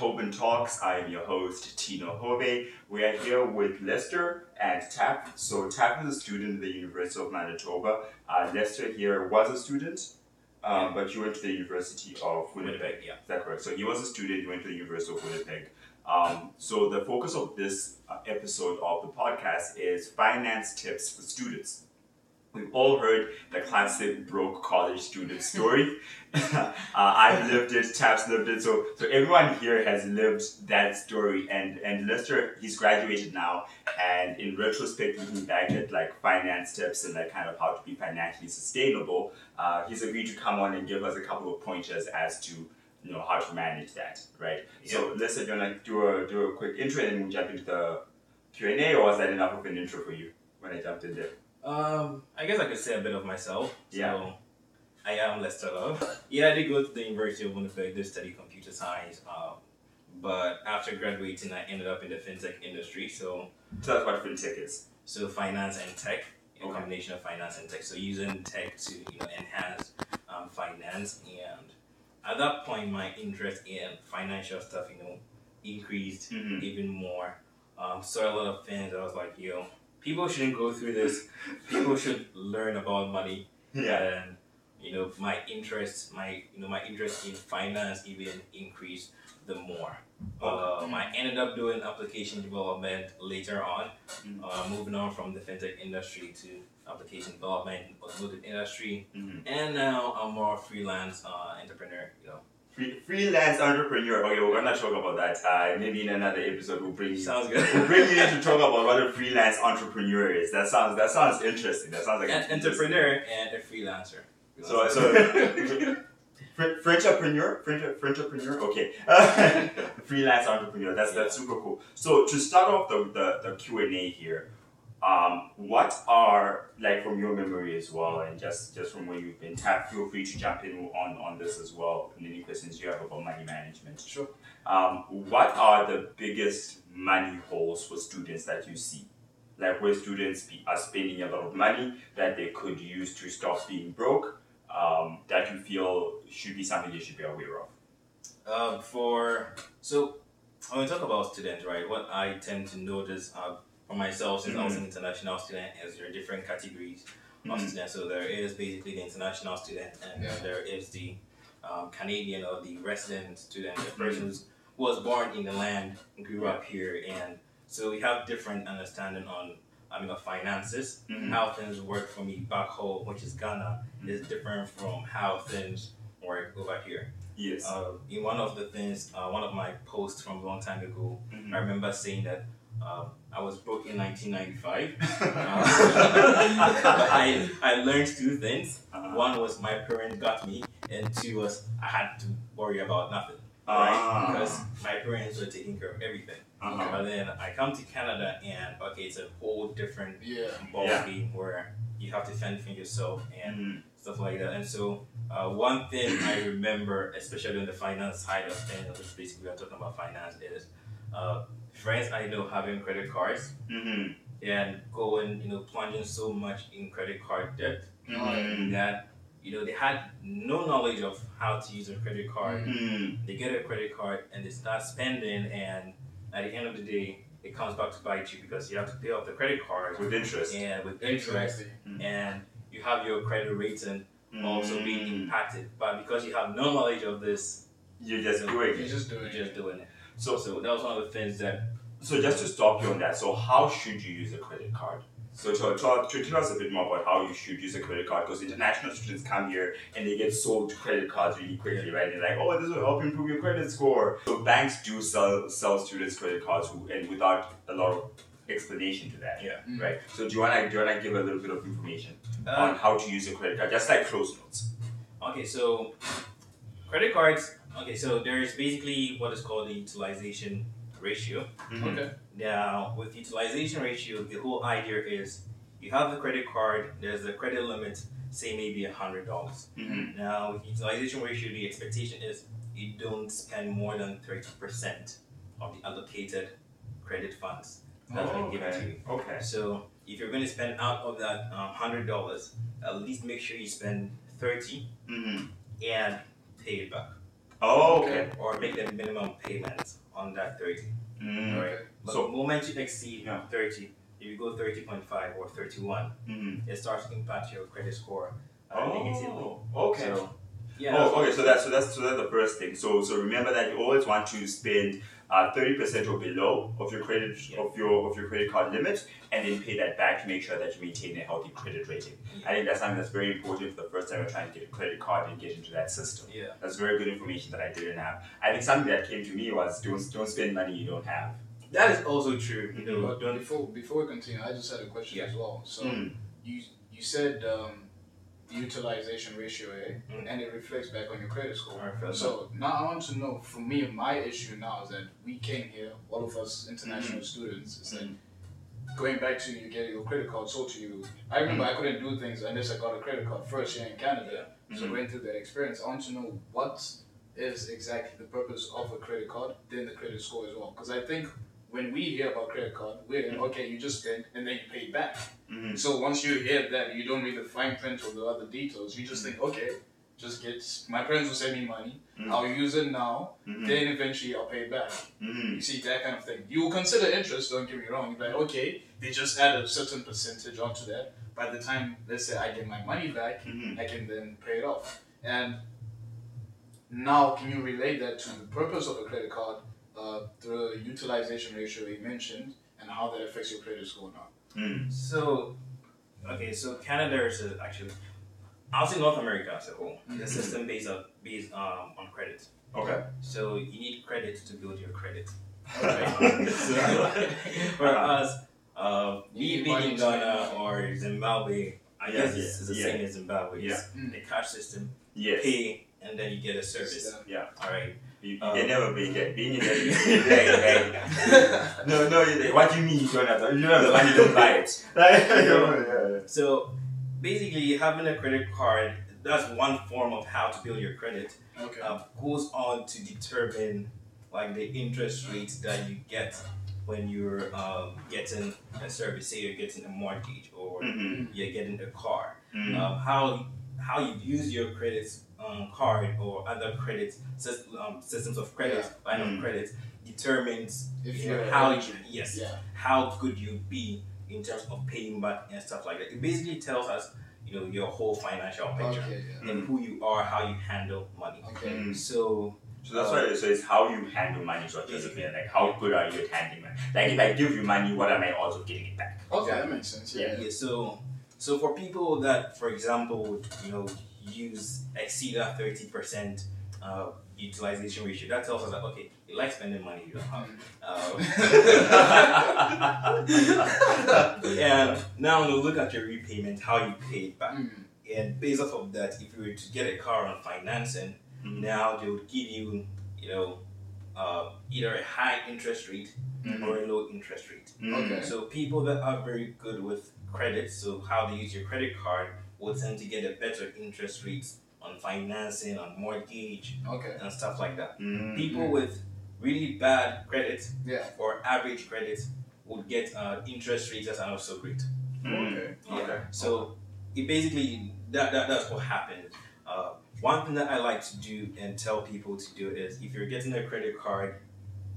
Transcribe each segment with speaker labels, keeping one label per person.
Speaker 1: Open Talks. I am your host, Tino Hove. We are here with Lester and Tap. So, Tap is a student at the University of Manitoba. Uh, Lester here was a student, um, but you went to the University of Winnipeg.
Speaker 2: Winnipeg, yeah.
Speaker 1: Is that correct? So, he was a student, you went to the University of Winnipeg. Um, so, the focus of this uh, episode of the podcast is finance tips for students. We've all heard the classic broke college student story. uh, I've lived it, Taps lived it, so so everyone here has lived that story. And and Lester, he's graduated now, and in retrospect, looking back at like finance tips and like kind of how to be financially sustainable, uh, he's agreed to come on and give us a couple of pointers as to you know how to manage that, right? So Lester, do you wanna do a do a quick intro and then we jump into the Q and A, or is that enough of an intro for you when I jumped in there?
Speaker 2: Um, I guess I could say a bit of myself.
Speaker 1: Yeah.
Speaker 2: So, I am Lester Love. Yeah, I did go to the University of Winnipeg to study computer science. Um, but after graduating, I ended up in the fintech industry. So,
Speaker 1: Tell us what fintech is.
Speaker 2: so finance and tech, a
Speaker 1: Okay.
Speaker 2: combination of finance and tech. So using tech to you know enhance um, finance, and at that point, my interest in financial stuff, you know, increased
Speaker 1: Mhm.
Speaker 2: even more. Um, saw a lot of things. I was like, yo, people shouldn't go through this. people should learn about money
Speaker 1: Yeah.
Speaker 2: and you know my interest my you know my interest in finance even increased the more um, i ended up doing application development later on
Speaker 1: Mm.
Speaker 2: uh, moving on from the fintech industry to application development automotive industry
Speaker 1: Mhm.
Speaker 2: and now i'm more freelance uh, entrepreneur you know
Speaker 1: Free, freelance entrepreneur. Okay, we're gonna talk about that. Uh, maybe in another episode we'll bring you.
Speaker 2: sounds good
Speaker 1: We'll bring you in to talk about what a freelance entrepreneur is. That sounds that sounds interesting. That sounds like
Speaker 2: an entrepreneur and a freelancer
Speaker 1: So so. Fr- Frenchpreneur, French Frenchpreneur. Okay, freelance entrepreneur. That's that's super cool. So to start off the the, the Q and A here, um, what are like from your memory as well, and just just from where you've been tapped. Feel free to jump in on on this as well. And any questions you have about money management.
Speaker 2: Sure.
Speaker 1: Um, what are the biggest money holes for students that you see? Like where students be, are spending a lot of money that they could use to stop being broke, um, that you feel should be something they should be aware of.
Speaker 2: Um, for so when we talk about students, right? What I tend to notice uh, for myself, since I was an international student, is there are different categories of
Speaker 1: Mhm.
Speaker 2: students. So there is basically the international student, and
Speaker 3: Yeah.
Speaker 2: there is the um, Canadian or the resident student, the person who's who was born in the land, grew up here, and so we have different understanding on. I mean, of finances,
Speaker 1: Mhm.
Speaker 2: how things work for me back home, which is Ghana, is different from how things work over here.
Speaker 1: Yes.
Speaker 2: Uh, in one of the things, uh, one of my posts from a long time ago, I
Speaker 1: Mhm.
Speaker 2: remember saying that um, I was broke in 1995. Uh, but
Speaker 1: Uh,
Speaker 2: I, I learned two things.
Speaker 1: uh,
Speaker 2: One was my parents got me, and two was I had to worry about nothing.
Speaker 1: Ah.
Speaker 2: Right? Because my parents were taking care of everything.
Speaker 1: uh-huh.
Speaker 2: But then I come to Canada, and okay, it's a whole different
Speaker 3: Yeah.
Speaker 2: ball
Speaker 1: Yeah.
Speaker 2: game where you have to fend for yourself and
Speaker 1: Mhm.
Speaker 2: stuff like that. And so, uh, one thing I remember, especially on the finance side of things, which basically we're talking about finance, is uh, friends I know having credit cards
Speaker 1: Mhm.
Speaker 2: and going, you know, plunging so much in credit card debt
Speaker 1: Mhm.
Speaker 2: that, you know, they had no knowledge of how to use a credit card.
Speaker 1: Mhm.
Speaker 2: They get a credit card and they start spending, and at the end of the day, it comes back to bite you because you have to pay off the credit card
Speaker 1: With interest.
Speaker 2: and with interest, and you have your credit rating also being
Speaker 1: Mhm.
Speaker 2: impacted. But because you have no knowledge of this,
Speaker 1: You're just doing
Speaker 3: You're
Speaker 1: it.
Speaker 3: just doing
Speaker 2: you're
Speaker 3: it.
Speaker 2: just doing it.
Speaker 1: So
Speaker 2: So that was one of the things that
Speaker 1: So just to stop you on that, so how should you use a credit card? So to, to, to tell us a bit more about how you should use a credit card, because international students come here and they get sold credit cards really quickly, right? They're like, oh, this will help improve your credit score. So banks do sell sell students credit cards, who, and without a lot of explanation to that,
Speaker 2: Yeah.
Speaker 3: Mm.
Speaker 1: right? So do you wanna do you wanna give a little bit of information on
Speaker 2: uh,
Speaker 1: how to use a credit card, just like close notes?
Speaker 2: okay, so credit cards. Okay, so there is basically what is called the utilization ratio.
Speaker 3: Okay.
Speaker 2: Now, with utilization ratio, the whole idea is you have the credit card. There's a credit limit, say maybe a hundred dollars.
Speaker 1: Mhm.
Speaker 2: Now, with utilization ratio, the expectation is you don't spend more than thirty percent of the allocated credit funds that's
Speaker 1: Oh,
Speaker 2: been given to you.
Speaker 1: Okay.
Speaker 2: So if you're going to spend out of that um, hundred dollars, at least make sure you spend thirty
Speaker 1: Mhm.
Speaker 2: and pay it back,
Speaker 1: Oh, okay.
Speaker 2: or make the minimum payments under 30.
Speaker 1: Mm.
Speaker 2: Right? But
Speaker 1: So-
Speaker 2: the moment you exceed
Speaker 1: Yeah.
Speaker 2: 30, if you go 30.5 or 31,
Speaker 1: Mhm.
Speaker 2: it starts to impact your credit score uh, negatively.
Speaker 1: Oh, okay.
Speaker 2: So, yeah.
Speaker 1: Oh, okay. So that's so that's so that's the first thing. So so remember that you always want to spend uh, thirty percent or below of your credit
Speaker 2: Yeah.
Speaker 1: of your of your credit card limit, and then pay that back to make sure that you maintain a healthy credit rating.
Speaker 2: Yeah.
Speaker 1: I think that's something that's very important for the first time you're trying to get a credit card and get into that system.
Speaker 2: Yeah.
Speaker 1: That's very good information that I didn't have. I think something that came to me was don't don't spend money you don't have.
Speaker 2: That is also true. You know,
Speaker 1: Mm-hmm.
Speaker 3: But
Speaker 2: don't
Speaker 3: before before we continue, I just had a question
Speaker 2: Yeah.
Speaker 3: as well. So
Speaker 1: Mm.
Speaker 3: you you said um, utilization ratio, eh?
Speaker 2: Mm.
Speaker 3: and it reflects back on your credit score.
Speaker 2: Alright, fair
Speaker 3: So now I want to know. For me, my issue now is that we came here, all of us international students, is that going back to you get your credit card sold to you. I remember I couldn't do things unless I got a credit card first here in Canada. So
Speaker 1: Mhm.
Speaker 3: going through that experience, I want to know what is exactly the purpose of a credit card, then the credit score as well. Because I think when we hear about credit card, we're okay, you just spend and then you pay back.
Speaker 1: Mhm.
Speaker 3: So once you hear that, you don't read the fine print or the other details. You just think, okay, just get. My parents will send me money.
Speaker 1: Mhm.
Speaker 3: I'll use it now.
Speaker 1: Mhm.
Speaker 3: Then eventually I'll pay it back.
Speaker 1: Mhm.
Speaker 3: You see that kind of thing. You will consider interest. Don't get me wrong. You're like, okay, they just add a certain percentage onto that. By the time, let's say, I get my money back,
Speaker 1: Mhm.
Speaker 3: I can then pay it off. And now, can you relate that to the purpose of a credit card, uh, the utilization ratio you mentioned, and how that affects your credit score now?
Speaker 1: Mhm.
Speaker 2: So, okay, so Canada is a- actually, I'll say North America as a whole. The
Speaker 3: Mhm.
Speaker 2: system based on, based um, on credit.
Speaker 1: Mm-hmm. Okay.
Speaker 2: So you need credit to build your credit.
Speaker 1: Okay.
Speaker 2: For us, uh,
Speaker 3: You
Speaker 2: me
Speaker 3: need
Speaker 2: being
Speaker 3: money
Speaker 2: in
Speaker 3: to-
Speaker 2: Ghana or Zimbabwe, I
Speaker 1: Yeah,
Speaker 2: guess it's
Speaker 1: yeah,
Speaker 2: the
Speaker 1: yeah.
Speaker 2: same as Zimbabwe. It's
Speaker 3: Yeah.
Speaker 2: The cash system,
Speaker 1: Yes.
Speaker 2: pay, and then you get a service. All right.
Speaker 1: You, you
Speaker 2: Um,
Speaker 1: can never be dead. Being in debt, you hey, hey. No, no, you- what do you mean you don't have the, you don't have the money, don't buy it. Like, you know,
Speaker 2: So basically, having a credit card, that's one form of how to build your credit.
Speaker 3: Okay.
Speaker 2: uh, goes on to determine like the interest rate that you get when you're um, getting a service. Say you're getting a mortgage or
Speaker 1: yeah. Mhm,
Speaker 2: you're getting a car.
Speaker 1: mhm.
Speaker 2: Um, how how you use your credit um, card or other credit sys- um, systems of credit, line of
Speaker 1: Mm.
Speaker 2: credit determines
Speaker 3: If
Speaker 2: you know,
Speaker 3: you're
Speaker 2: how you,
Speaker 3: eligible.
Speaker 2: yes
Speaker 3: Yeah.
Speaker 2: how good you be in terms of paying back and stuff like that. It basically tells us you know your whole financial picture
Speaker 3: Okay. Yeah.
Speaker 2: and who you are, how you handle money.
Speaker 3: Okay.
Speaker 1: Mm.
Speaker 2: So
Speaker 1: So that's why so it's how you handle money is what does it mean. Like how good are you at handling money? Like if I give you money, what are my odds of getting it back?
Speaker 3: Okay, that makes sense. Yeah.
Speaker 2: Yeah, so so for people that, for example, would, you know, use exceed that thirty percent uh, utilization ratio, that tells us that okay, you like spending money, you don't have.
Speaker 1: Mm-hmm.
Speaker 2: Uh, and now you look at your repayment, how you pay it back,
Speaker 3: Mm.
Speaker 2: and based off of that, if you were to get a car on financing,
Speaker 1: Mhm.
Speaker 2: now they would give you, you know, uh, either a high interest rate
Speaker 1: Mhm.
Speaker 2: or a low interest rate.
Speaker 1: Mhm.
Speaker 3: Okay.
Speaker 2: So people that are very good with credit, so how they use your credit card, will tend to get a better interest rates on financing, on mortgage,
Speaker 3: Okay.
Speaker 2: and stuff like that.
Speaker 1: Mhm.
Speaker 2: People with really bad credit
Speaker 3: Yeah.
Speaker 2: or average credit would get uh, interest rates that are not so great. Mm.
Speaker 1: Mhm.
Speaker 3: Okay.
Speaker 2: Yeah.
Speaker 1: Okay.
Speaker 2: So it basically that, that that's what happened. Uh, one thing that I like to do and tell people to do is if you're getting a credit card,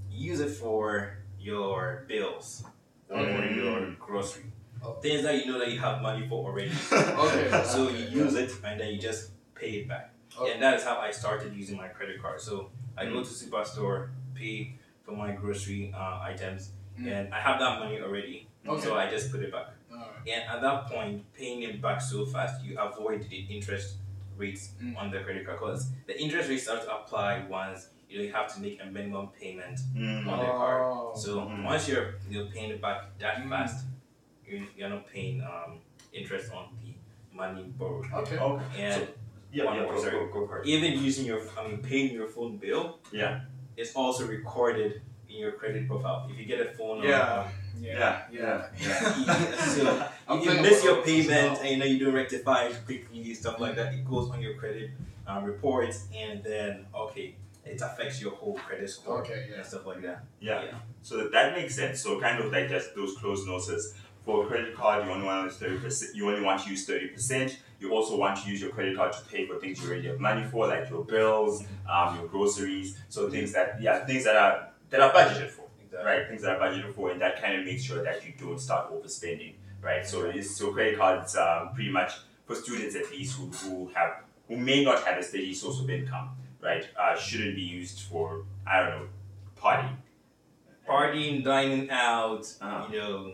Speaker 2: use it for your bills or for
Speaker 1: Mm.
Speaker 2: your grocery.
Speaker 3: Oh.
Speaker 2: Things that you know that you have money for already.
Speaker 1: Mm-hmm.
Speaker 3: Okay.
Speaker 2: so you use it and then you just pay it back.
Speaker 3: Okay.
Speaker 2: And that is how I started using my credit card. So I go
Speaker 3: Mm.
Speaker 2: to superstore, pay for my grocery uh, items,
Speaker 3: Mm.
Speaker 2: and I have that money already.
Speaker 3: Okay.
Speaker 2: So I just put it back.
Speaker 3: Alright.
Speaker 2: And at that point, paying it back so fast, you avoid the interest rates
Speaker 3: Mm.
Speaker 2: on the credit card because the interest rates start to apply once you, know, you have to make a minimum payment.
Speaker 1: Mhm.
Speaker 2: On the card.
Speaker 3: Oh.
Speaker 2: So
Speaker 1: Mm.
Speaker 2: once you're you're paying it back that
Speaker 3: Mm.
Speaker 2: fast, you're, you're not paying um, interest on the money borrowed.
Speaker 3: Okay.
Speaker 1: Okay.
Speaker 2: And
Speaker 1: Yeah,
Speaker 2: One
Speaker 1: yeah,
Speaker 2: more,
Speaker 1: go-
Speaker 2: sorry.
Speaker 1: go- go for it.
Speaker 2: even using your I mean paying your phone bill,
Speaker 1: Yeah.
Speaker 2: it's also recorded in your credit profile. If you get a phone, or-
Speaker 3: Yeah.
Speaker 1: Yeah.
Speaker 3: Yeah.
Speaker 2: Yeah, so
Speaker 3: I'm
Speaker 2: if you
Speaker 3: paying
Speaker 2: miss
Speaker 3: for
Speaker 2: your
Speaker 3: it
Speaker 2: payment
Speaker 3: now.
Speaker 2: and you know you don't rectify it quickly, stuff like that, it goes on your credit um, reports, and then okay, it affects your whole credit score
Speaker 3: Okay.
Speaker 2: and stuff like that.
Speaker 1: Yeah. So that, that makes sense. So kind of like just those close notices. For a credit card, you only want to thirty percent. You only want to use thirty percent. You also want to use your credit card to pay for things you already have money for, like your bills, um, your groceries. So things that yeah, things that are that are budgeted for,
Speaker 2: Exactly.
Speaker 1: right? Things that are budgeted for, and that kind of makes sure that you don't start overspending, right? So it's, so credit cards um, pretty much for students at least who, who have who may not have a steady source of income, right? Uh, shouldn't be used for I don't know partying.
Speaker 2: Partying, dining out,
Speaker 1: Uh-huh.
Speaker 2: you know,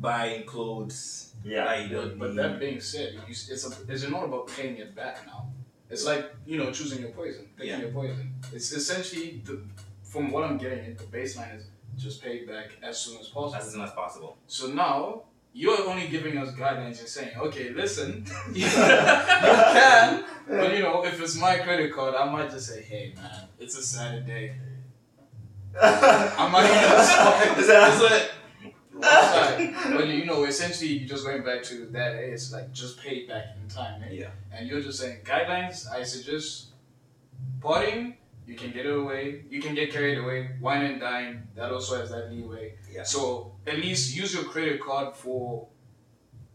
Speaker 2: buying clothes.
Speaker 1: Yeah.
Speaker 2: I don't
Speaker 3: But, but
Speaker 2: need-
Speaker 3: that being said, you, s- it's a, it's not about paying it back now. It's like you know choosing your poison, picking
Speaker 2: Yeah.
Speaker 3: your poison. It's essentially the, from what I'm getting, it, the baseline is just pay it back as soon as possible.
Speaker 2: as soon as possible.
Speaker 3: So now you're only giving us guidelines and saying, okay, listen, you
Speaker 1: yeah.
Speaker 3: can, but you know, if it's my credit card, I might just say, hey man, it's a Saturday. I might even stop.
Speaker 1: Is that-
Speaker 3: Sorry. But you know, essentially, you're just going back to that. hey, It's like just pay it back in time, eh?
Speaker 2: Yeah.
Speaker 3: And you're just saying guidelines. I suggest partying. You can get away. You can get carried away. Wine and dine. That also has that leeway.
Speaker 2: Yeah.
Speaker 3: So at least use your credit card for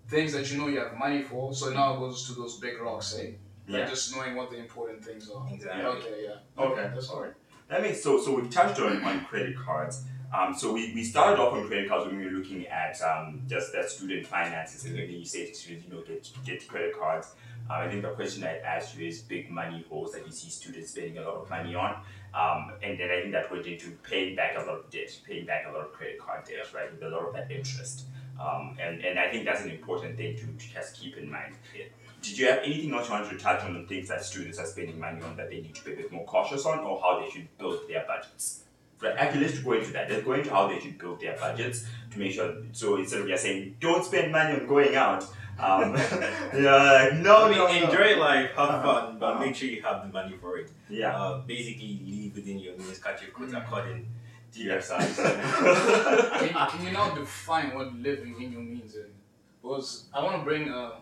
Speaker 3: things that you know you have money for. So now it goes to those big rocks, eh? Like
Speaker 1: Yeah.
Speaker 3: just knowing what the important things are.
Speaker 2: Exactly.
Speaker 3: Okay, yeah.
Speaker 1: Okay.
Speaker 3: that's all right.
Speaker 1: That makes so. So we've touched on, on credit cards. Um, so we, we started off on credit cards when we were looking at um, just that student finances and then you say to students, you know, get get credit cards. Um, I think the question I asked you is big money holes that you see students spending a lot of money on. Um, and then I think that went into paying back a lot of debt, paying back a lot of credit card debt, right? With a lot of that interest. Um, and, and I think that's an important thing to, to just keep in mind. Did you have anything else you wanted to touch on the things that students are spending money on that they need to be a bit more cautious on or how they should build their budgets? Right, actually, let's go into that. Let's go into how they should build their budgets to make sure. So instead of just saying, don't spend money on going out, um, you're like, no,
Speaker 2: I mean,
Speaker 1: no, no.
Speaker 2: enjoy life, have
Speaker 1: Uh-huh.
Speaker 2: fun, but
Speaker 1: Uh-huh.
Speaker 2: make sure you have the money for it.
Speaker 1: Yeah.
Speaker 2: Uh, basically, live within your means, cut your quota
Speaker 3: Mm.
Speaker 2: according to your
Speaker 1: Yeah.
Speaker 2: size.
Speaker 3: Can you, can you now define what living in your means is? Because I want to bring a,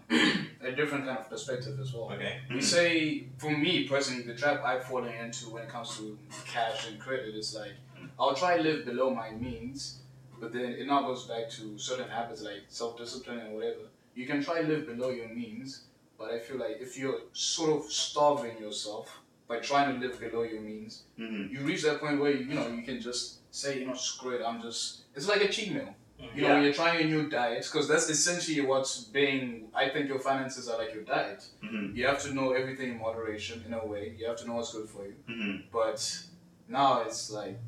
Speaker 3: a different kind of perspective as well.
Speaker 2: okay.
Speaker 3: We say, for me personally, the trap I've fallen into when it comes to cash and credit is like, I'll try to live below my means, but then it now goes back to certain habits like self discipline and whatever. You can try to live below your means, but I feel like if you're sort of starving yourself by trying to live below your means,
Speaker 1: Mhm.
Speaker 3: you reach that point where you know you can just say, you know, screw it, I'm just. It's like a cheat meal. You know,
Speaker 1: Yeah.
Speaker 3: you're trying a new diet because that's essentially what's being. I think your finances are like your diet.
Speaker 1: Mhm.
Speaker 3: You have to know everything in moderation in a way. You have to know what's good for you.
Speaker 1: Mhm.
Speaker 3: But now it's like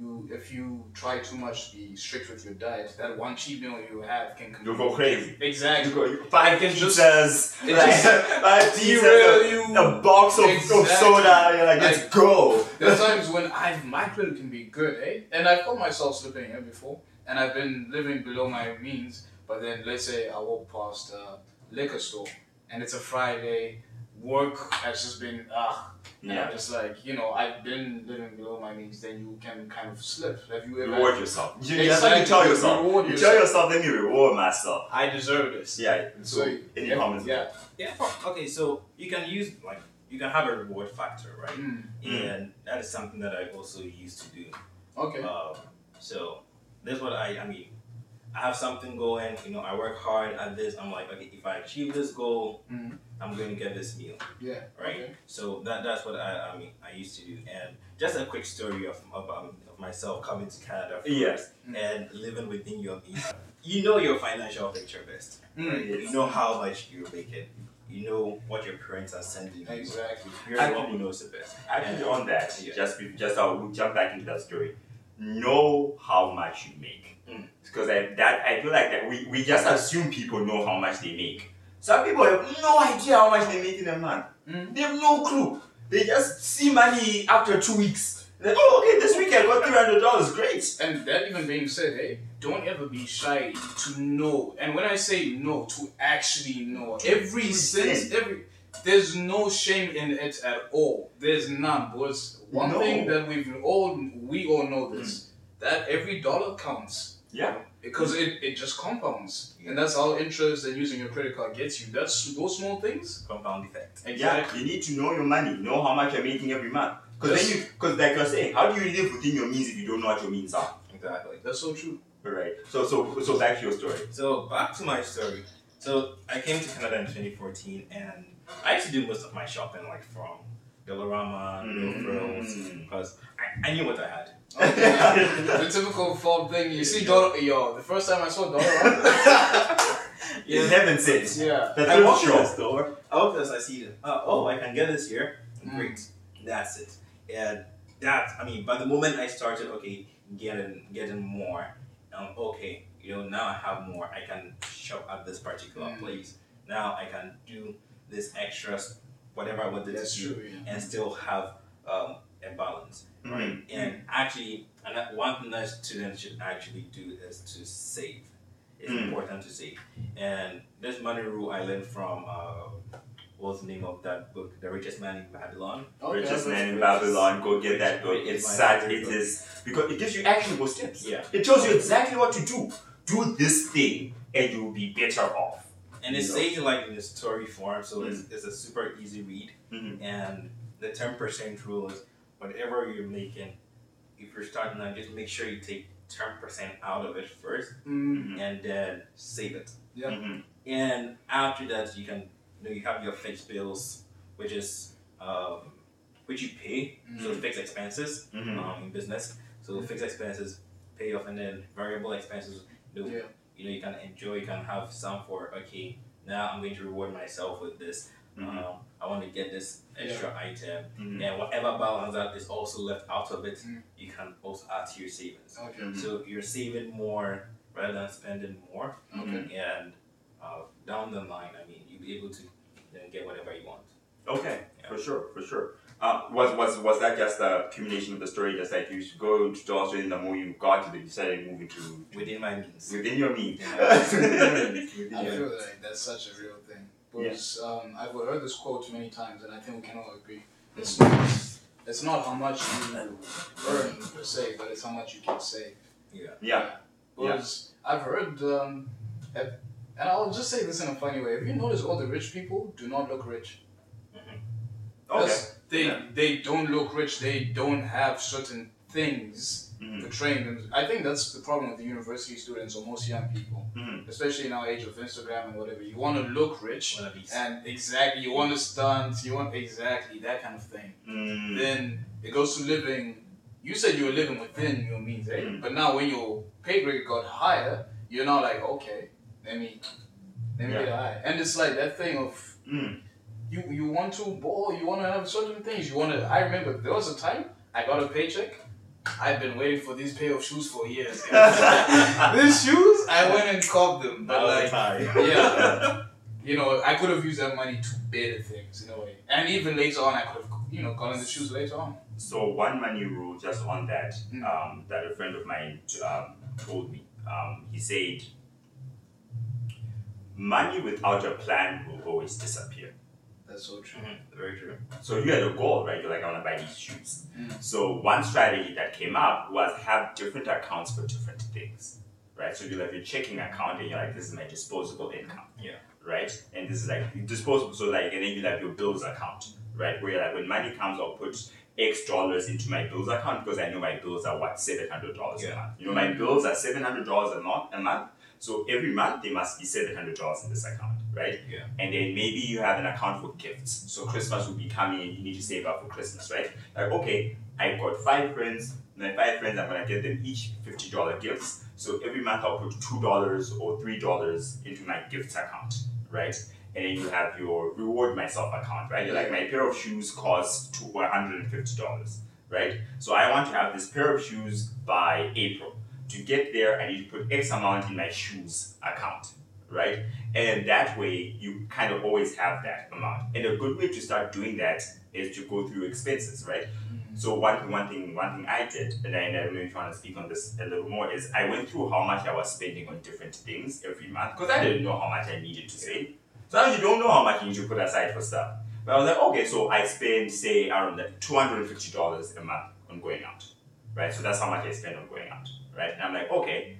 Speaker 3: you if you try too much to be strict with your diet, that one cheat meal you have can
Speaker 1: You go crazy. You
Speaker 3: Exactly.
Speaker 1: go, you- five
Speaker 3: It just-
Speaker 1: pizzas,
Speaker 3: it
Speaker 1: like,
Speaker 3: just-
Speaker 1: five
Speaker 3: derail
Speaker 1: pizzas,
Speaker 3: you.
Speaker 1: a, a box of, of
Speaker 3: Exactly.
Speaker 1: soda. You're like, let's
Speaker 3: Like-
Speaker 1: go.
Speaker 3: There are times when I've my credit can be good, eh? And I've caught myself slipping eh, before, and I've been living below my means. But then let's say I walk past a liquor store, and it's a Friday. Work has just been ah, and
Speaker 1: Yeah.
Speaker 3: I'm just like you know I've been living below my means. Then you can kind of slip. Have you ever?
Speaker 1: Reward yourself. You,
Speaker 3: Exactly.
Speaker 1: That's what you tell yourself.
Speaker 3: Reward
Speaker 1: You
Speaker 3: yourself.
Speaker 1: tell yourself, let me reward myself.
Speaker 3: I deserve this.
Speaker 1: Yeah. So,
Speaker 3: So,
Speaker 1: any
Speaker 3: yeah,
Speaker 1: comments?
Speaker 3: Yeah.
Speaker 2: Yeah. oh, Okay. So you can use like you can have a reward factor, right?
Speaker 3: Mm,
Speaker 1: Mm.
Speaker 2: And that is something that I also used to do.
Speaker 3: okay.
Speaker 2: Um, so that's what I, I mean. I have something going, you know, I work hard at this. I'm like, okay, if I achieve this goal,
Speaker 3: Mhm.
Speaker 2: I'm going to get this meal,
Speaker 3: Yeah.
Speaker 2: right?
Speaker 3: Okay.
Speaker 2: So that that's what I, I mean, I used to do. And just a quick story of, of, um, of myself coming to Canada first
Speaker 1: Yes.
Speaker 2: and living within your means. You know your financial picture best.
Speaker 3: Mm,
Speaker 1: Yes.
Speaker 2: You know how much you're making. You know what your parents are sending you.
Speaker 3: Exactly.
Speaker 2: You're the one who knows the best.
Speaker 1: Actually, on that,
Speaker 2: Yeah.
Speaker 1: just be- just I'll we'll jump back into that story. Know how much you make,
Speaker 2: Mm.
Speaker 1: because I that I feel like that we, we just assume people know how much they make. Some people have no idea how much they make in a month.
Speaker 3: Mm.
Speaker 1: They have no clue. They just see money after two weeks. They're Like, oh, okay, this week I got three hundred dollars. Great.
Speaker 3: And that even being said, hey, don't ever be shy to know. And when I say no, to actually know. Every sense, every there's no shame in it at all. There's none. Because one
Speaker 1: No. Mm.
Speaker 3: thing that we've all we all know this that every dollar counts.
Speaker 1: Yeah.
Speaker 3: Because it, it just compounds.
Speaker 2: Yeah.
Speaker 3: And that's how interest and using your credit card gets you. That's those small things.
Speaker 2: Compound effect.
Speaker 1: Yeah, you need to know your money, know how much you're making every month. Because
Speaker 3: Yes.
Speaker 1: then you, because like you're saying, how do you live within your means if you don't know what your means are?
Speaker 2: Exactly.
Speaker 3: That's so true.
Speaker 1: Right. So, so, so back to your story.
Speaker 2: So back to my story. So I came to Canada in 2014, and I used to do most of my shopping like from Dollarama, No Frills,
Speaker 1: Mm.
Speaker 2: because I, I knew what I had.
Speaker 3: Okay. the typical fob thing. You see dollar. Yo, the first time I saw dollar.
Speaker 1: In heaven sits.
Speaker 3: yeah.
Speaker 1: The
Speaker 2: I
Speaker 1: thrift
Speaker 2: walk into the
Speaker 1: shop.
Speaker 2: store. I walk to this. I see it. Uh, oh, I can get this here.
Speaker 3: Mm.
Speaker 2: Great. That's it. And that I mean, by the moment I started, okay, getting getting more. Um, okay, you know, now I have more. I can shop at this particular
Speaker 3: Mm.
Speaker 2: place. Now I can do this extra, s- whatever I wanted
Speaker 3: That's
Speaker 2: to do,
Speaker 3: true. Yeah.
Speaker 2: and still have um, a balance,
Speaker 1: Hmm.
Speaker 2: right? Mm-hmm. And actually, and that one thing that students should actually do is to save. It's
Speaker 1: Mm.
Speaker 2: important to save. And this money rule I learned from uh, what's the name of that book, The Richest Man in Babylon.
Speaker 3: Okay,
Speaker 1: Richest
Speaker 3: that's
Speaker 1: man in
Speaker 3: good.
Speaker 1: Babylon, go get that book.
Speaker 2: Richest man
Speaker 1: It's
Speaker 2: in
Speaker 1: sad. It
Speaker 2: Babylon.
Speaker 1: is because it gives you actionable steps.
Speaker 2: Yeah.
Speaker 1: It tells you exactly what to do. Do this thing, and you'll be better off.
Speaker 2: and it's
Speaker 1: Yeah.
Speaker 2: saved like in a story form, so it's, it's a super easy read.
Speaker 1: Mhm.
Speaker 2: And the ten percent rule is whatever you're making, if you're starting out, just make sure you take ten percent out of it first,
Speaker 3: Mm,
Speaker 1: Mm-hmm.
Speaker 2: and then save it.
Speaker 3: Yeah.
Speaker 1: Mhm.
Speaker 2: And after that, you can you know you have your fixed bills, which is um, which you pay,
Speaker 3: mm.
Speaker 2: so
Speaker 1: Mhm.
Speaker 2: fixed expenses
Speaker 1: Mhm.
Speaker 2: um, in business. So fixed expenses pay off, and then variable expenses. You know,
Speaker 3: Yeah.
Speaker 2: you know you can enjoy, you can have some for okay. Now I'm going to reward myself with this.
Speaker 3: Mm-hmm.
Speaker 1: Mhm.
Speaker 2: Um, I want to get this extra item,
Speaker 1: Mhm.
Speaker 2: and whatever balance that is also left out of it,
Speaker 3: Mm. Mm-hmm.
Speaker 2: you can also add to your savings.
Speaker 3: Okay.
Speaker 1: Mhm.
Speaker 2: So you're saving more rather than spending more,
Speaker 1: Mm-hmm.
Speaker 3: Okay.
Speaker 2: and uh, down the line, I mean, you'll be able to you know, get whatever you want.
Speaker 1: Okay,
Speaker 2: Yeah.
Speaker 1: for sure, for sure. Uh, was was was that just a accumulation of the story? Just like you go to Australia, the more you got to, the you decided to move into
Speaker 2: Within my means.
Speaker 1: within your means.
Speaker 2: Yeah.
Speaker 1: Within
Speaker 3: I
Speaker 1: your-
Speaker 3: feel like that's such a real thing. Because um, I've heard this quote many times, and I think we can all agree. It's not, it's not how much you earn per se, but it's how much you can save.
Speaker 1: yeah.
Speaker 3: Because I've heard, um, if- and I'll just say this in a funny way. If you notice, all the rich people do not look rich.
Speaker 1: Okay.
Speaker 3: That's- They
Speaker 1: Oh, Yeah.
Speaker 3: they don't look rich. They don't have certain things
Speaker 1: Mhm.
Speaker 3: portraying them. I think that's the problem with the university students or most young people,
Speaker 1: Mhm.
Speaker 3: especially in our age of Instagram and whatever. You want to look rich.
Speaker 2: Wanna be-
Speaker 3: and exactly you want to stunt, you want exactly that kind of thing.
Speaker 1: Mm.
Speaker 3: Then it goes to living. You said you were living within your means, eh?
Speaker 1: Mm.
Speaker 3: But now when your pay grade got higher, you're now like, okay, let me, let me
Speaker 1: Yeah.
Speaker 3: get high. And it's like that thing of
Speaker 1: Mm.
Speaker 3: you you want to ball, you want to have certain things, you want to. I remember there was a time I got a paycheck. I've been waiting for these pair of shoes for years. these shoes, I went and caught them,
Speaker 2: Oh.
Speaker 3: but like yeah. You know, I could have used that money to better things in a way. And even later on, I could have, you know, gotten the shoes later on.
Speaker 1: So one money rule, just on that,
Speaker 3: Mm.
Speaker 1: um, that a friend of mine um, told me. Um, he said, "Money without a plan will always disappear."
Speaker 3: That's so true.
Speaker 2: Mhm, Very true.
Speaker 1: So you had a goal, right? You're like, "I want to buy these shoes."
Speaker 3: Mm.
Speaker 1: So one strategy that came up was have different accounts for different things, right? So you have your checking account, and you're like, "This is my disposable income."
Speaker 2: Yeah.
Speaker 1: Right, and this is like disposable. So like, and then you have your bills account, right? Where you're like, when money comes, I'll put X dollars into my bills account because I know my bills are what seven hundred dollars a
Speaker 2: Yeah.
Speaker 1: month. You know my bills are seven hundred dollars a month. A month. So every month they must be seven hundred dollars in this account, right?
Speaker 2: Yeah.
Speaker 1: And then maybe you have an account for gifts. So Christmas will be coming, and you need to save up for Christmas, right? Like okay, I've got five friends. My five friends, I'm gonna get them each fifty dollar gifts. So every month I'll put two dollars or three dollars into my gifts account, right? and then you have your reward myself account, right? You're like, my pair of shoes cost two hundred and fifty dollars, right? So I want to have this pair of shoes by April. To get there, I need to put X amount in my shoes account, right? And that way, you kind of always have that amount. And a good way to start doing that is to go through expenses, right? So one one thing one thing I did, and I never really want to speak on this a little more, is I went through how much I was spending on different things every month because I didn't know how much I needed to save. Sometimes you don't know how much you need to put aside for stuff. But I was like, okay, so I spend say I don't know two hundred and fifty dollars a month on going out, right? So that's how much I spend on going out, right? And I'm like, okay,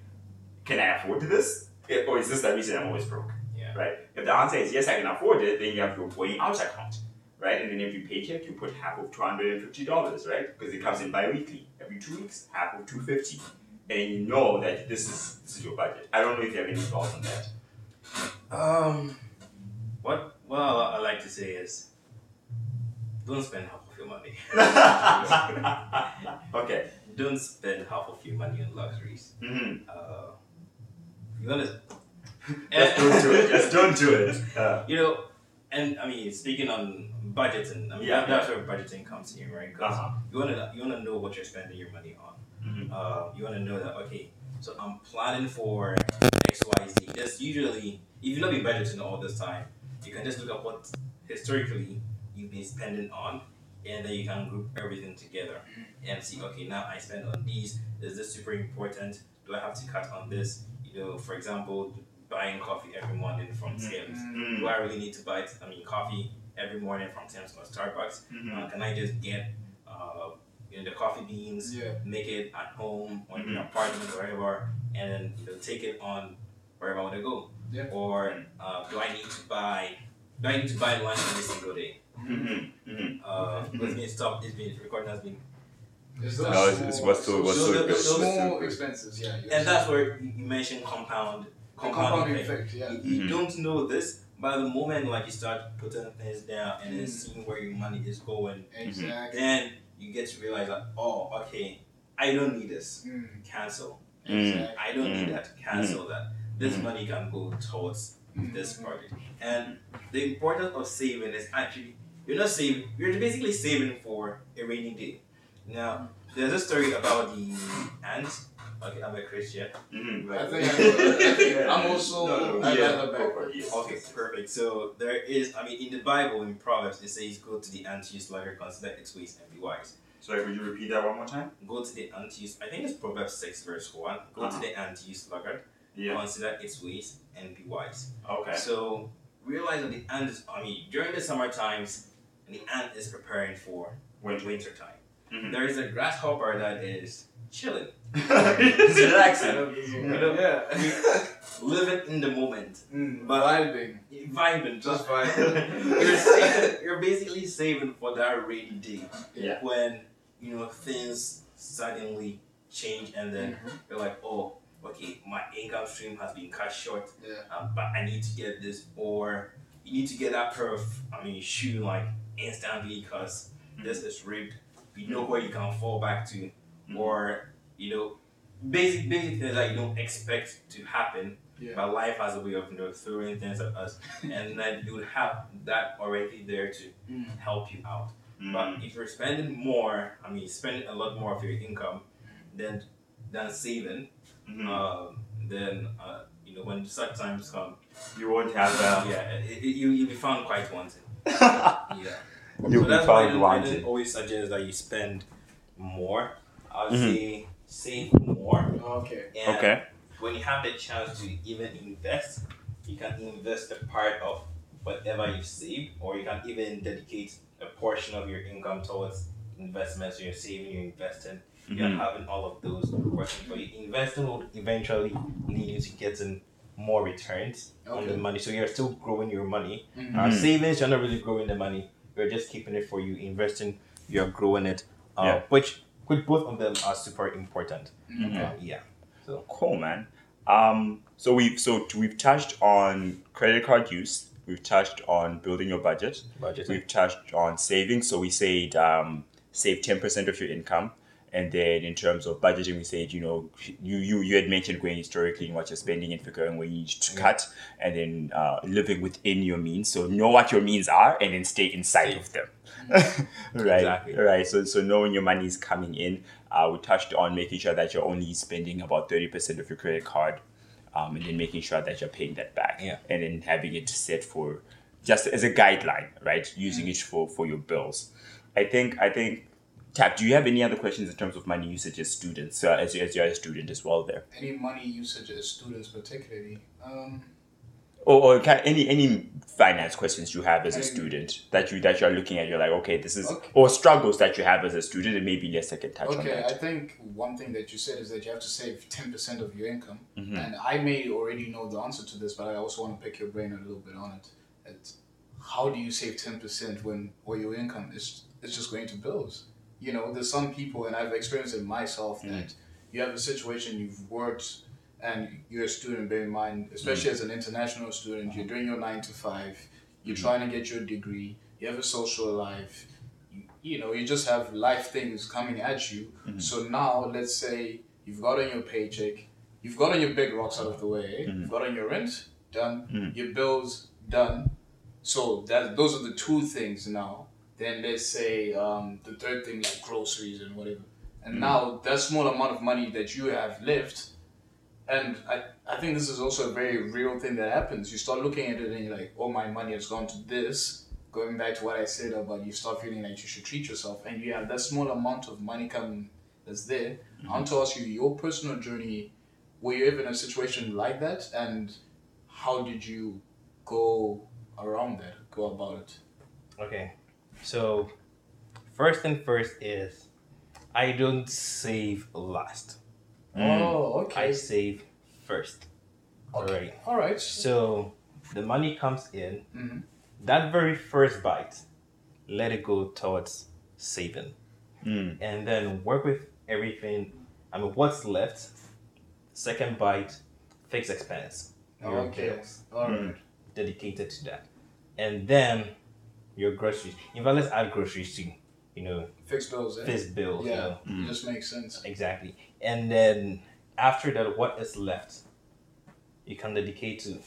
Speaker 1: can I afford this, Eh, or is this the reason I'm always broke?
Speaker 2: Yeah.
Speaker 1: Right. If the answer is yes, I can afford it, then you have your going out account right? And then every paycheck you put half of two hundred and fifty dollars, right? Because it comes in bi-weekly. Every two weeks, half of two fifty. And you know that this is this is your budget. I don't know if you have any thoughts on that.
Speaker 2: Um, what well I like to say is, don't spend half of your money.
Speaker 1: okay.
Speaker 2: Don't spend half of your money on luxuries.
Speaker 1: Mm-hmm.
Speaker 2: Uh, you wanna?
Speaker 1: Just don't do it. Just don't do it. Uh,
Speaker 2: You know, and I mean, speaking on budgeting, I mean,
Speaker 1: Yeah.
Speaker 2: that- that's where budgeting comes in, right? 'Cause
Speaker 1: uh-huh.
Speaker 2: you wanna you wanna know what you're spending your money on.
Speaker 1: Mhm.
Speaker 2: Uh, you wanna know that okay, so I'm planning for X Y Z. That's usually if you've not been budgeting all this time, you can just look at what historically you've been spending on, and then you can group everything together and see okay now I spend on these. Is this super important? Do I have to cut on this? You know, for example, buying coffee every morning from
Speaker 1: Mhm.
Speaker 2: Tim's.
Speaker 1: Mm.
Speaker 2: Do
Speaker 3: Hmm.
Speaker 2: I really need to buy? I mean, coffee every morning from Tim's or Starbucks?
Speaker 1: Mhm.
Speaker 2: Uh,
Speaker 3: Hmm.
Speaker 2: can I just get uh, you know, the coffee beans,
Speaker 3: Yeah.
Speaker 2: make it at home or in
Speaker 1: Mhm.
Speaker 2: the
Speaker 3: Hmm.
Speaker 2: apartment or wherever, and then you know, take it on wherever I want to go?
Speaker 3: Yeah.
Speaker 2: Or uh, do I need to buy? Do I need to buy lunch every single day?
Speaker 1: Mhm. Mhm.
Speaker 2: Uh,
Speaker 3: Hmm.
Speaker 2: it's been stopped. It's been recording has been,
Speaker 3: It's
Speaker 2: No, it's-
Speaker 3: those small-
Speaker 4: it's what's so-
Speaker 3: so-
Speaker 4: what's
Speaker 2: so
Speaker 3: so
Speaker 2: good,
Speaker 3: those
Speaker 2: what's so
Speaker 3: small
Speaker 4: good.
Speaker 3: expenses. Yeah.
Speaker 2: and that's where you you mentioned compound
Speaker 3: the
Speaker 2: compound
Speaker 3: compounding
Speaker 2: effect.
Speaker 3: effect. Yeah. Hmm.
Speaker 2: You, you
Speaker 1: Mhm.
Speaker 2: don't know this, but the moment like you start putting things down and then
Speaker 3: Mm.
Speaker 2: seeing where your money is going,
Speaker 3: Exactly.
Speaker 2: then you get to realize like, oh, okay, I don't need this.
Speaker 3: Mm,
Speaker 2: cancel.
Speaker 3: Exactly.
Speaker 2: I don't need
Speaker 1: Mm.
Speaker 2: that. Cancel that. This
Speaker 1: Mm.
Speaker 2: money can go towards
Speaker 3: Mm.
Speaker 2: this project. And the importance of saving is actually you're not saving. You're basically saving for a rainy day. Now there's a story about the ant. Okay, I'm a Christian.
Speaker 1: Mhm.
Speaker 3: I
Speaker 2: But
Speaker 3: think I know.
Speaker 1: Yeah.
Speaker 3: I'm also
Speaker 1: Mm-hmm. No, no,
Speaker 3: I
Speaker 2: yeah.
Speaker 3: got the back.
Speaker 1: Yes.
Speaker 2: Okay, perfect. So there is, I mean, in the Bible, in Proverbs, it says, "Go to the ant, you slaughter, consider its ways, and be wise."
Speaker 1: Sorry, would you repeat that one more time?
Speaker 2: Go to the ant, you. I think it's Proverbs six, verse one. Go
Speaker 1: Uh-huh.
Speaker 2: to the ant, you sluggard,
Speaker 1: Yeah.
Speaker 2: consider its ways and be wise.
Speaker 1: Okay.
Speaker 2: So realize that the ant is, I mean, during the summer times, the ant is preparing for
Speaker 1: Wait.
Speaker 2: winter time.
Speaker 1: Mhm.
Speaker 2: There is a grasshopper that is chilling,
Speaker 1: it's relaxing.
Speaker 3: Yeah.
Speaker 2: living in the moment,
Speaker 3: Mm,
Speaker 2: But-
Speaker 3: vibing.
Speaker 2: vibing,
Speaker 3: Just
Speaker 2: just
Speaker 3: vibing.
Speaker 2: you're, saving, you're basically saving for that rainy day
Speaker 1: Yeah.
Speaker 2: when you know things suddenly change and then
Speaker 1: Mm-hmm.
Speaker 2: you're like, oh, okay, my income stream has been cut short.
Speaker 3: Yeah.
Speaker 2: um, but I need to get this, or you need to get that pair of, I mean, shoe like instantly because
Speaker 3: Mm-hmm.
Speaker 2: this is ripped. You know where you can fall back to,
Speaker 1: Mhm.
Speaker 3: Mm-hmm.
Speaker 2: or you know, basic basic things that you don't expect to happen.
Speaker 3: Yeah.
Speaker 2: But life has a way of you know throwing things at us, and then you would have that already there to
Speaker 3: Mm.
Speaker 2: help you out.
Speaker 1: Mhm.
Speaker 2: But if you're spending more, I mean, spending a lot more of your income than than saving,
Speaker 3: Mm.
Speaker 1: Mhm.
Speaker 2: um, then uh, you know when such times come.
Speaker 1: You won't have uh, that.
Speaker 2: Yeah, it, it, you you'll be found quite wanting. Yeah,
Speaker 4: You'll
Speaker 2: so
Speaker 4: be
Speaker 2: that's why I
Speaker 4: found
Speaker 2: don't- I
Speaker 4: wanting.
Speaker 2: don't always suggest that you spend more. I would
Speaker 4: Mhm.
Speaker 2: say save more,
Speaker 3: Okay.
Speaker 2: and
Speaker 4: Okay.
Speaker 2: when you have the chance to even invest, you can invest a part of whatever you've saved, or you can even dedicate a portion of your income towards investments. So you're saving, you're investing you're
Speaker 4: Mm-hmm.
Speaker 1: Mhm.
Speaker 2: having all of those working for you. Investing will eventually lead you to getting more returns on the
Speaker 3: Okay.
Speaker 2: money. So you're still growing your money.
Speaker 3: Mhm.
Speaker 2: Uh,
Speaker 1: Mhm.
Speaker 2: savings, you're not really growing the money. You're just keeping it for you. Investing, you're growing it. Uh,
Speaker 1: Yeah.
Speaker 2: Which, which both of them are super important.
Speaker 1: Mhm.
Speaker 2: Uh, yeah.
Speaker 1: Cool, man. Um, so we've so we've touched on credit card use. We've touched on building your budget.
Speaker 2: Budgeting.
Speaker 1: We've touched on saving. So we said um, save ten percent of your income, and then in terms of budgeting, we said you know you you you had mentioned going historically and what you're spending and figuring where you need to
Speaker 2: Yeah.
Speaker 1: cut, and then uh, living within your means. So know what your means are, and then stay inside of them. right.
Speaker 2: Mm-hmm. Exactly.
Speaker 1: Right. So so knowing your money is coming in. Uh, we touched on making sure that you're only spending about thirty percent of your credit card. Um, and then making sure that you're paying that back
Speaker 2: Yeah.
Speaker 1: and then having it set for just as a guideline, right? Using
Speaker 2: Mm-hmm.
Speaker 1: it for for your bills. I think I think Tap. Do you have any other questions in terms of money usage as students? Uh, as you- as you're a student as well, there
Speaker 3: Any money usage as students, particularly. Um,
Speaker 1: or, or can, any any finance questions you have as a
Speaker 3: Um,
Speaker 1: student that you that you're looking at. You're like, okay, this is
Speaker 3: Okay.
Speaker 1: or struggles that you have as a student, and maybe yes, I can touch on
Speaker 3: okay,
Speaker 1: that.
Speaker 3: I think one thing that you said is that you have to save 10% of your income.
Speaker 1: Mhm.
Speaker 3: And I may already know the answer to this, but I also want to pick your brain a little bit on it. It's how do you save 10% when all your income is, is just going to bills? You know, there's some people, and I've experienced it myself,
Speaker 1: Mm-hmm.
Speaker 3: that you have a situation, you've worked, and you're a student, bear in mind, especially
Speaker 1: Mm-hmm.
Speaker 3: as an international student,
Speaker 1: Uh-huh.
Speaker 3: you're doing your nine to five, you're trying to get your degree, you have a social life, you, you know, you just have life things coming at you.
Speaker 1: Mhm.
Speaker 3: So now, let's say you've gotten your paycheck, you've gotten your big rocks out of the way,
Speaker 1: Mhm.
Speaker 3: you've gotten your rent done,
Speaker 1: Mhm.
Speaker 3: your bills done. So that those are the two things now. Then let's say um, the third thing like groceries and whatever. And now that small amount of money that you have left, and I, I think this is also a very real thing that happens. You start looking at it and you're like, oh, my money has gone to this. Going back to what I said about you start feeling like you should treat yourself, and you have that small amount of money coming that's there. I want to ask you your personal journey. Were you ever in a situation like that, and how did you go around that? Go about it.
Speaker 2: Okay. So, first and first is I don't save last.
Speaker 1: Mm.
Speaker 3: Oh,
Speaker 2: I save first. Alright.
Speaker 3: All right.
Speaker 2: So, the money comes in.
Speaker 3: Mhm.
Speaker 2: That very first bite, let it go towards saving.
Speaker 1: Mm.
Speaker 2: And then work with everything. I mean, what's left? Second bite, fixed expense. Your
Speaker 3: Oh, Okay.
Speaker 2: bills
Speaker 3: All right.
Speaker 1: Mm.
Speaker 2: dedicated to that. And then your groceries. In fact, let's add groceries to, you know,
Speaker 3: Fixed bills. Eh?
Speaker 2: fizz bills. You
Speaker 3: Yeah.
Speaker 2: know?
Speaker 1: Mm.
Speaker 3: Just makes sense.
Speaker 2: Exactly. And then after that, what is left? You can dedicate to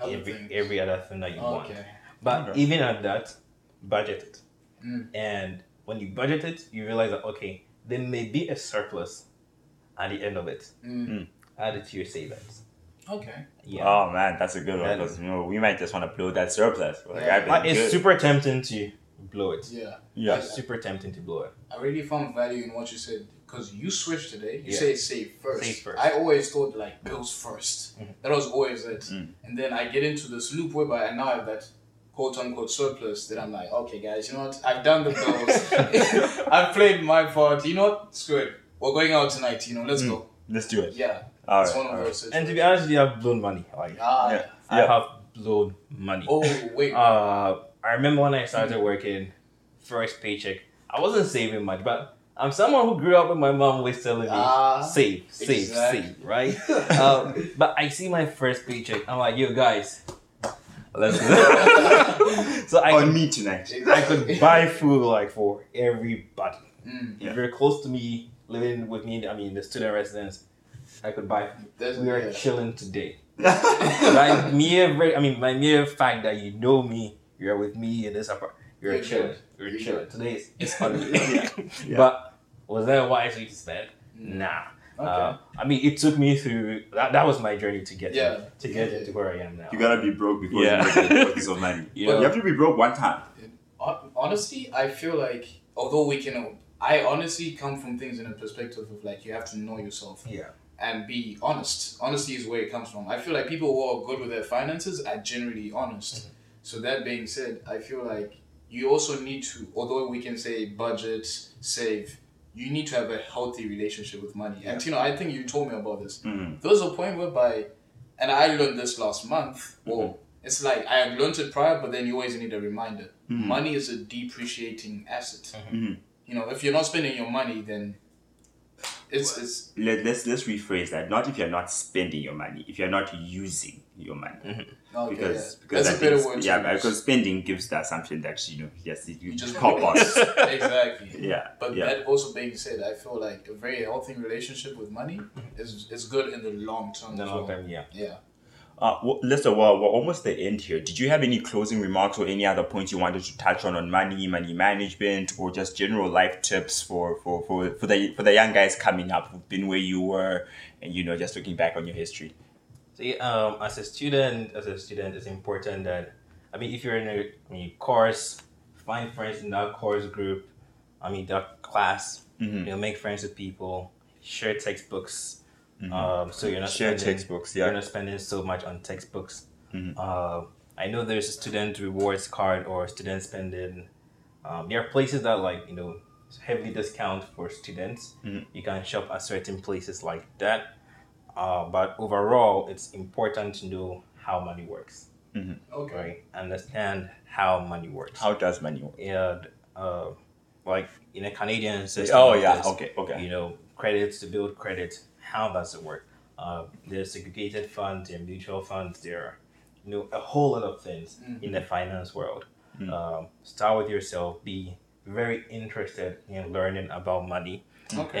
Speaker 3: Other
Speaker 2: every,
Speaker 3: things. Oh,
Speaker 2: every other thing that you want.
Speaker 3: Okay.
Speaker 2: But
Speaker 1: Okay.
Speaker 2: even at that, budget it.
Speaker 3: Mm.
Speaker 2: And when you budget it, you realize that, okay, there may be a surplus at the end of it.
Speaker 3: Mm.
Speaker 2: Add it to your savings.
Speaker 3: Okay.
Speaker 2: Yeah.
Speaker 1: Oh man, that's a good one
Speaker 2: That-
Speaker 1: because you know we might just want to blow that surplus. Like,
Speaker 3: Yeah.
Speaker 1: I've been
Speaker 2: but it's
Speaker 1: good.
Speaker 2: super tempting to blow it.
Speaker 3: Yeah.
Speaker 1: Yeah.
Speaker 2: It's super tempting to blow it.
Speaker 3: I really found value in what you said because you switched today. You
Speaker 2: Yeah.
Speaker 3: say save first.
Speaker 2: Save first.
Speaker 3: I always thought like bills 1st
Speaker 2: Mhm.
Speaker 3: That was always it.
Speaker 1: Mm-hmm. Mm.
Speaker 3: And then I get into this loop whereby I now have that quote unquote surplus that I'm like, okay guys, you know what? I've done the bills. I've played my part. You know what? Screw it. We're going out tonight, you know, let's
Speaker 1: Mm.
Speaker 3: go.
Speaker 1: Let's do it.
Speaker 3: Yeah.
Speaker 1: All
Speaker 3: it's
Speaker 1: right.
Speaker 3: one of
Speaker 1: all right.
Speaker 3: those
Speaker 2: And to be
Speaker 3: situations.
Speaker 2: honest, you have blown money. Like
Speaker 3: Ah,
Speaker 1: Yeah. Ah.
Speaker 2: I have blown money.
Speaker 3: Oh wait. Mm.
Speaker 2: Uh, I remember when I started working, first paycheck. I wasn't saving much, but I'm someone who grew up with my mom always telling me,
Speaker 3: Ah,
Speaker 2: save, save,
Speaker 3: exactly.
Speaker 2: save, right? um, but I see my first paycheck. I'm like, yo guys, let's go. so I
Speaker 1: On
Speaker 2: could,
Speaker 1: me tonight.
Speaker 2: I could buy food like for everybody.
Speaker 3: Mm,
Speaker 1: Yeah.
Speaker 2: If you're close to me, living with me, I mean the student residence, I could buy.
Speaker 3: that's
Speaker 2: We are
Speaker 3: weird.
Speaker 2: chilling today
Speaker 1: right.
Speaker 2: by mere, re- I mean, by mere fact that you know me, you're with me in this apartment, you're,
Speaker 3: You're
Speaker 2: chilling,
Speaker 3: good.
Speaker 2: you're,
Speaker 3: You're
Speaker 2: chilling.
Speaker 3: good.
Speaker 2: Today is it's funny.
Speaker 1: Yeah. Yeah.
Speaker 2: But was that wise we spent?
Speaker 3: Mm.
Speaker 2: Nah.
Speaker 3: Okay.
Speaker 2: Uh, I mean, it took me through. That, that was my journey to get
Speaker 3: Yeah.
Speaker 2: to get
Speaker 3: Yeah.
Speaker 2: to where I am now.
Speaker 1: You gotta be broke before
Speaker 2: Yeah.
Speaker 1: you make a piece of money.
Speaker 2: You
Speaker 1: You
Speaker 2: know?
Speaker 1: have to be broke one time.
Speaker 3: Hon- honestly, I feel like although we can, I honestly come from things in a perspective of like you have to know yourself
Speaker 2: Yeah.
Speaker 3: and be honest. Honesty is where it comes from. I feel like people who are good with their finances are generally honest. So that being said, I feel like you also need to, although we can say budget, save, you need to have a healthy relationship with money. And you know, I think you told me about this.
Speaker 1: Mm.
Speaker 3: There was a point whereby, and I learned this last month, or it's like I had learned it prior, but then you always need a reminder.
Speaker 1: Mhm.
Speaker 3: Money is a depreciating asset.
Speaker 2: Mm-hmm.
Speaker 1: Mhm.
Speaker 3: You know, if you're not spending your money, then it's it's
Speaker 1: Let, let's let's rephrase that. Not if you're not spending your money, if you're not using your money.
Speaker 2: Mm-hmm.
Speaker 3: oh, okay,
Speaker 1: because
Speaker 3: yeah.
Speaker 1: because
Speaker 3: that's
Speaker 1: I
Speaker 3: a better
Speaker 1: think-
Speaker 3: word. to
Speaker 1: Yeah,
Speaker 3: use.
Speaker 1: because spending gives the assumption that you know yes you, you
Speaker 3: just
Speaker 1: just call
Speaker 3: pay.
Speaker 1: boss.
Speaker 3: exactly.
Speaker 1: yeah,
Speaker 3: But
Speaker 1: yeah.
Speaker 3: that also being said, I feel like a very healthy relationship with money is is good in the long term.
Speaker 2: Mm-hmm. In the
Speaker 3: as
Speaker 2: long
Speaker 3: well.
Speaker 2: term, yeah.
Speaker 3: Yeah.
Speaker 1: Uh, well, listen, well, we're almost the end here. Did you have any closing remarks or any other points you wanted to touch on on money, money management, or just general life tips for for for, for the for the young guys coming up who've been where you were, and you know, just looking back on your history.
Speaker 2: See, um, as a student, as a student, it's important that I mean, if you're in a I mean, course, find friends in that course group. I mean, that class.
Speaker 1: Mhm.
Speaker 2: You know, make friends with people. Share textbooks. Um, so you're
Speaker 1: Mm-hmm. Share
Speaker 2: not spending-
Speaker 1: textbooks,
Speaker 2: You're
Speaker 1: yeah.
Speaker 2: not spending so much on textbooks.
Speaker 1: Mhm.
Speaker 2: Uh, I know there's a student rewards card or student spending. Um, there are places that like you know heavily discount for students.
Speaker 1: Mhm.
Speaker 2: You can shop at certain places like that. Uh, but overall, it's important to know how money works,
Speaker 3: Okay.
Speaker 2: right? Understand how money works.
Speaker 1: How does money work?
Speaker 2: and uh, like in a Canadian system.
Speaker 1: Oh
Speaker 2: like
Speaker 1: yeah,
Speaker 2: this,
Speaker 1: okay, okay.
Speaker 2: You know, credits to build credit. How does it work? Uh, there's segregated funds, there are mutual funds, there are you
Speaker 1: Mm-hmm. Mm.
Speaker 2: know a whole lot of things in the finance world. Um, start with yourself. Be very interested in learning about money
Speaker 3: Okay.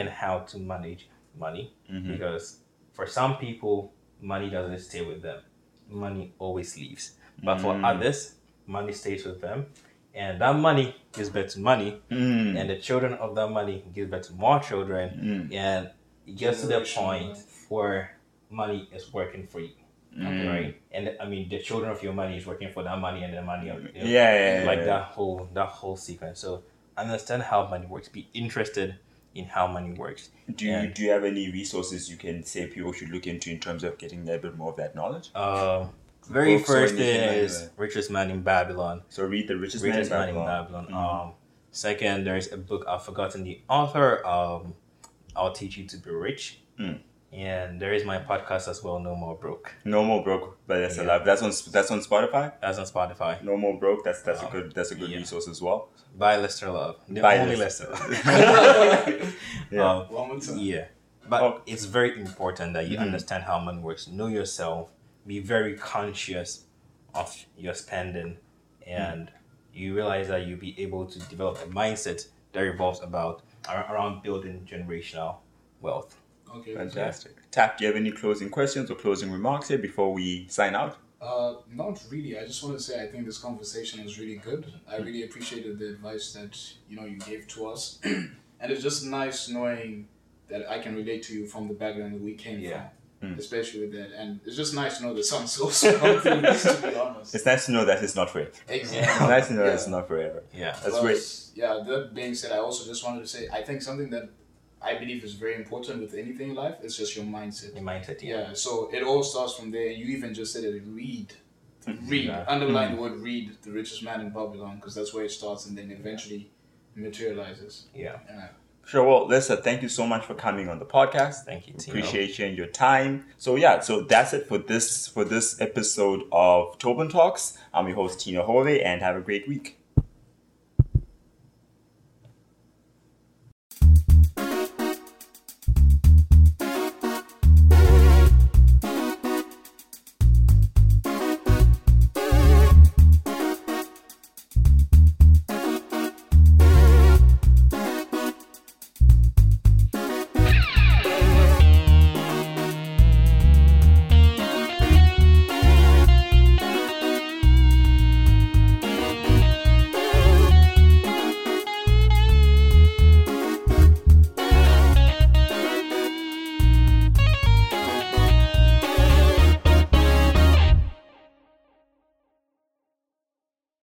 Speaker 2: and how to manage money
Speaker 1: Mhm.
Speaker 2: because for some people, money doesn't stay with them. Money always leaves. But for
Speaker 1: Mm.
Speaker 2: others, money stays with them. And that money gives birth to money,
Speaker 1: Mm.
Speaker 2: and the children of that money give birth to more children,
Speaker 1: Mm.
Speaker 2: and it gets to the
Speaker 3: Generational
Speaker 2: point where money is working for you,
Speaker 1: Mm.
Speaker 2: right? And I mean, the children of your money is working for that money, and the money of
Speaker 1: Yeah, yeah, yeah,
Speaker 2: like
Speaker 1: yeah.
Speaker 2: that whole that whole sequence. So understand how money works. Be interested in how money works.
Speaker 1: Do you
Speaker 2: Yeah.
Speaker 1: do you have any resources you can say people should look into in terms of getting a little bit more of that knowledge?
Speaker 2: Um, very
Speaker 1: Books or
Speaker 2: first
Speaker 1: anything
Speaker 2: thing
Speaker 1: like
Speaker 2: is
Speaker 1: that.
Speaker 2: richest man in Babylon.
Speaker 1: So read the richest,
Speaker 2: richest man
Speaker 1: man,
Speaker 2: in Babylon.
Speaker 1: Mhm.
Speaker 2: Um, second, there's a book I've forgotten the author. Um, I'll teach you to be rich.
Speaker 1: Mm.
Speaker 2: And there is my podcast as well, No More Broke.
Speaker 1: No more broke, but that's
Speaker 2: Yeah.
Speaker 1: a lot. That's on that's on Spotify.
Speaker 2: That's on Spotify.
Speaker 1: No more broke. That's that's a
Speaker 2: Um,
Speaker 1: good that's a good
Speaker 2: yeah.
Speaker 1: resource as well.
Speaker 2: By Lester Love. The
Speaker 1: By
Speaker 2: only
Speaker 1: Lester.
Speaker 2: Lester, Love.
Speaker 1: Yeah.
Speaker 2: Um,
Speaker 3: One more time.
Speaker 2: Yeah. But
Speaker 1: Oh.
Speaker 2: it's very important that you
Speaker 1: Mhm.
Speaker 2: understand how money works. Know yourself. Be very conscious of your spending. And you realize that you'll be able to develop a mindset that revolves about ar- around building generational wealth.
Speaker 3: Okay.
Speaker 1: Fantastic. Tap. Do you have any closing questions or closing remarks here before we sign out?
Speaker 3: Uh, not really. I just want to say I think this conversation was really good. I
Speaker 1: Mm-hmm.
Speaker 3: really appreciated the advice that you know you gave to us, and it's just nice knowing that I can relate to you from the background that we came
Speaker 5: Yeah.
Speaker 3: from,
Speaker 1: Mm.
Speaker 3: especially with that. And it's just nice to know that some source of confidence, to be honest.
Speaker 1: It's nice to know that it's not forever. It's
Speaker 3: Exactly.
Speaker 1: nice to know that
Speaker 3: Yeah.
Speaker 1: it's not forever.
Speaker 2: Yeah.
Speaker 1: That's
Speaker 3: Well,
Speaker 1: great.
Speaker 3: s- Yeah, that being said, I also just wanted to say I think something that I believe is very important with anything in life is just your mindset.
Speaker 2: Your mindset. Yeah.
Speaker 3: Yeah, so it all starts from there. You even just said it read. Read.
Speaker 2: Yeah.
Speaker 3: Underline the word read, The Richest Man in Babylon, because that's where it starts and then eventually materializes.
Speaker 2: Yeah.
Speaker 1: Sure. Well, Lisa, thank you so much for coming on the podcast.
Speaker 2: Thank you, Tino.
Speaker 1: Appreciate you and your time. So yeah, so that's it for this for this episode of Tobin Talks. I'm your host Tina Hovey, and have a great week.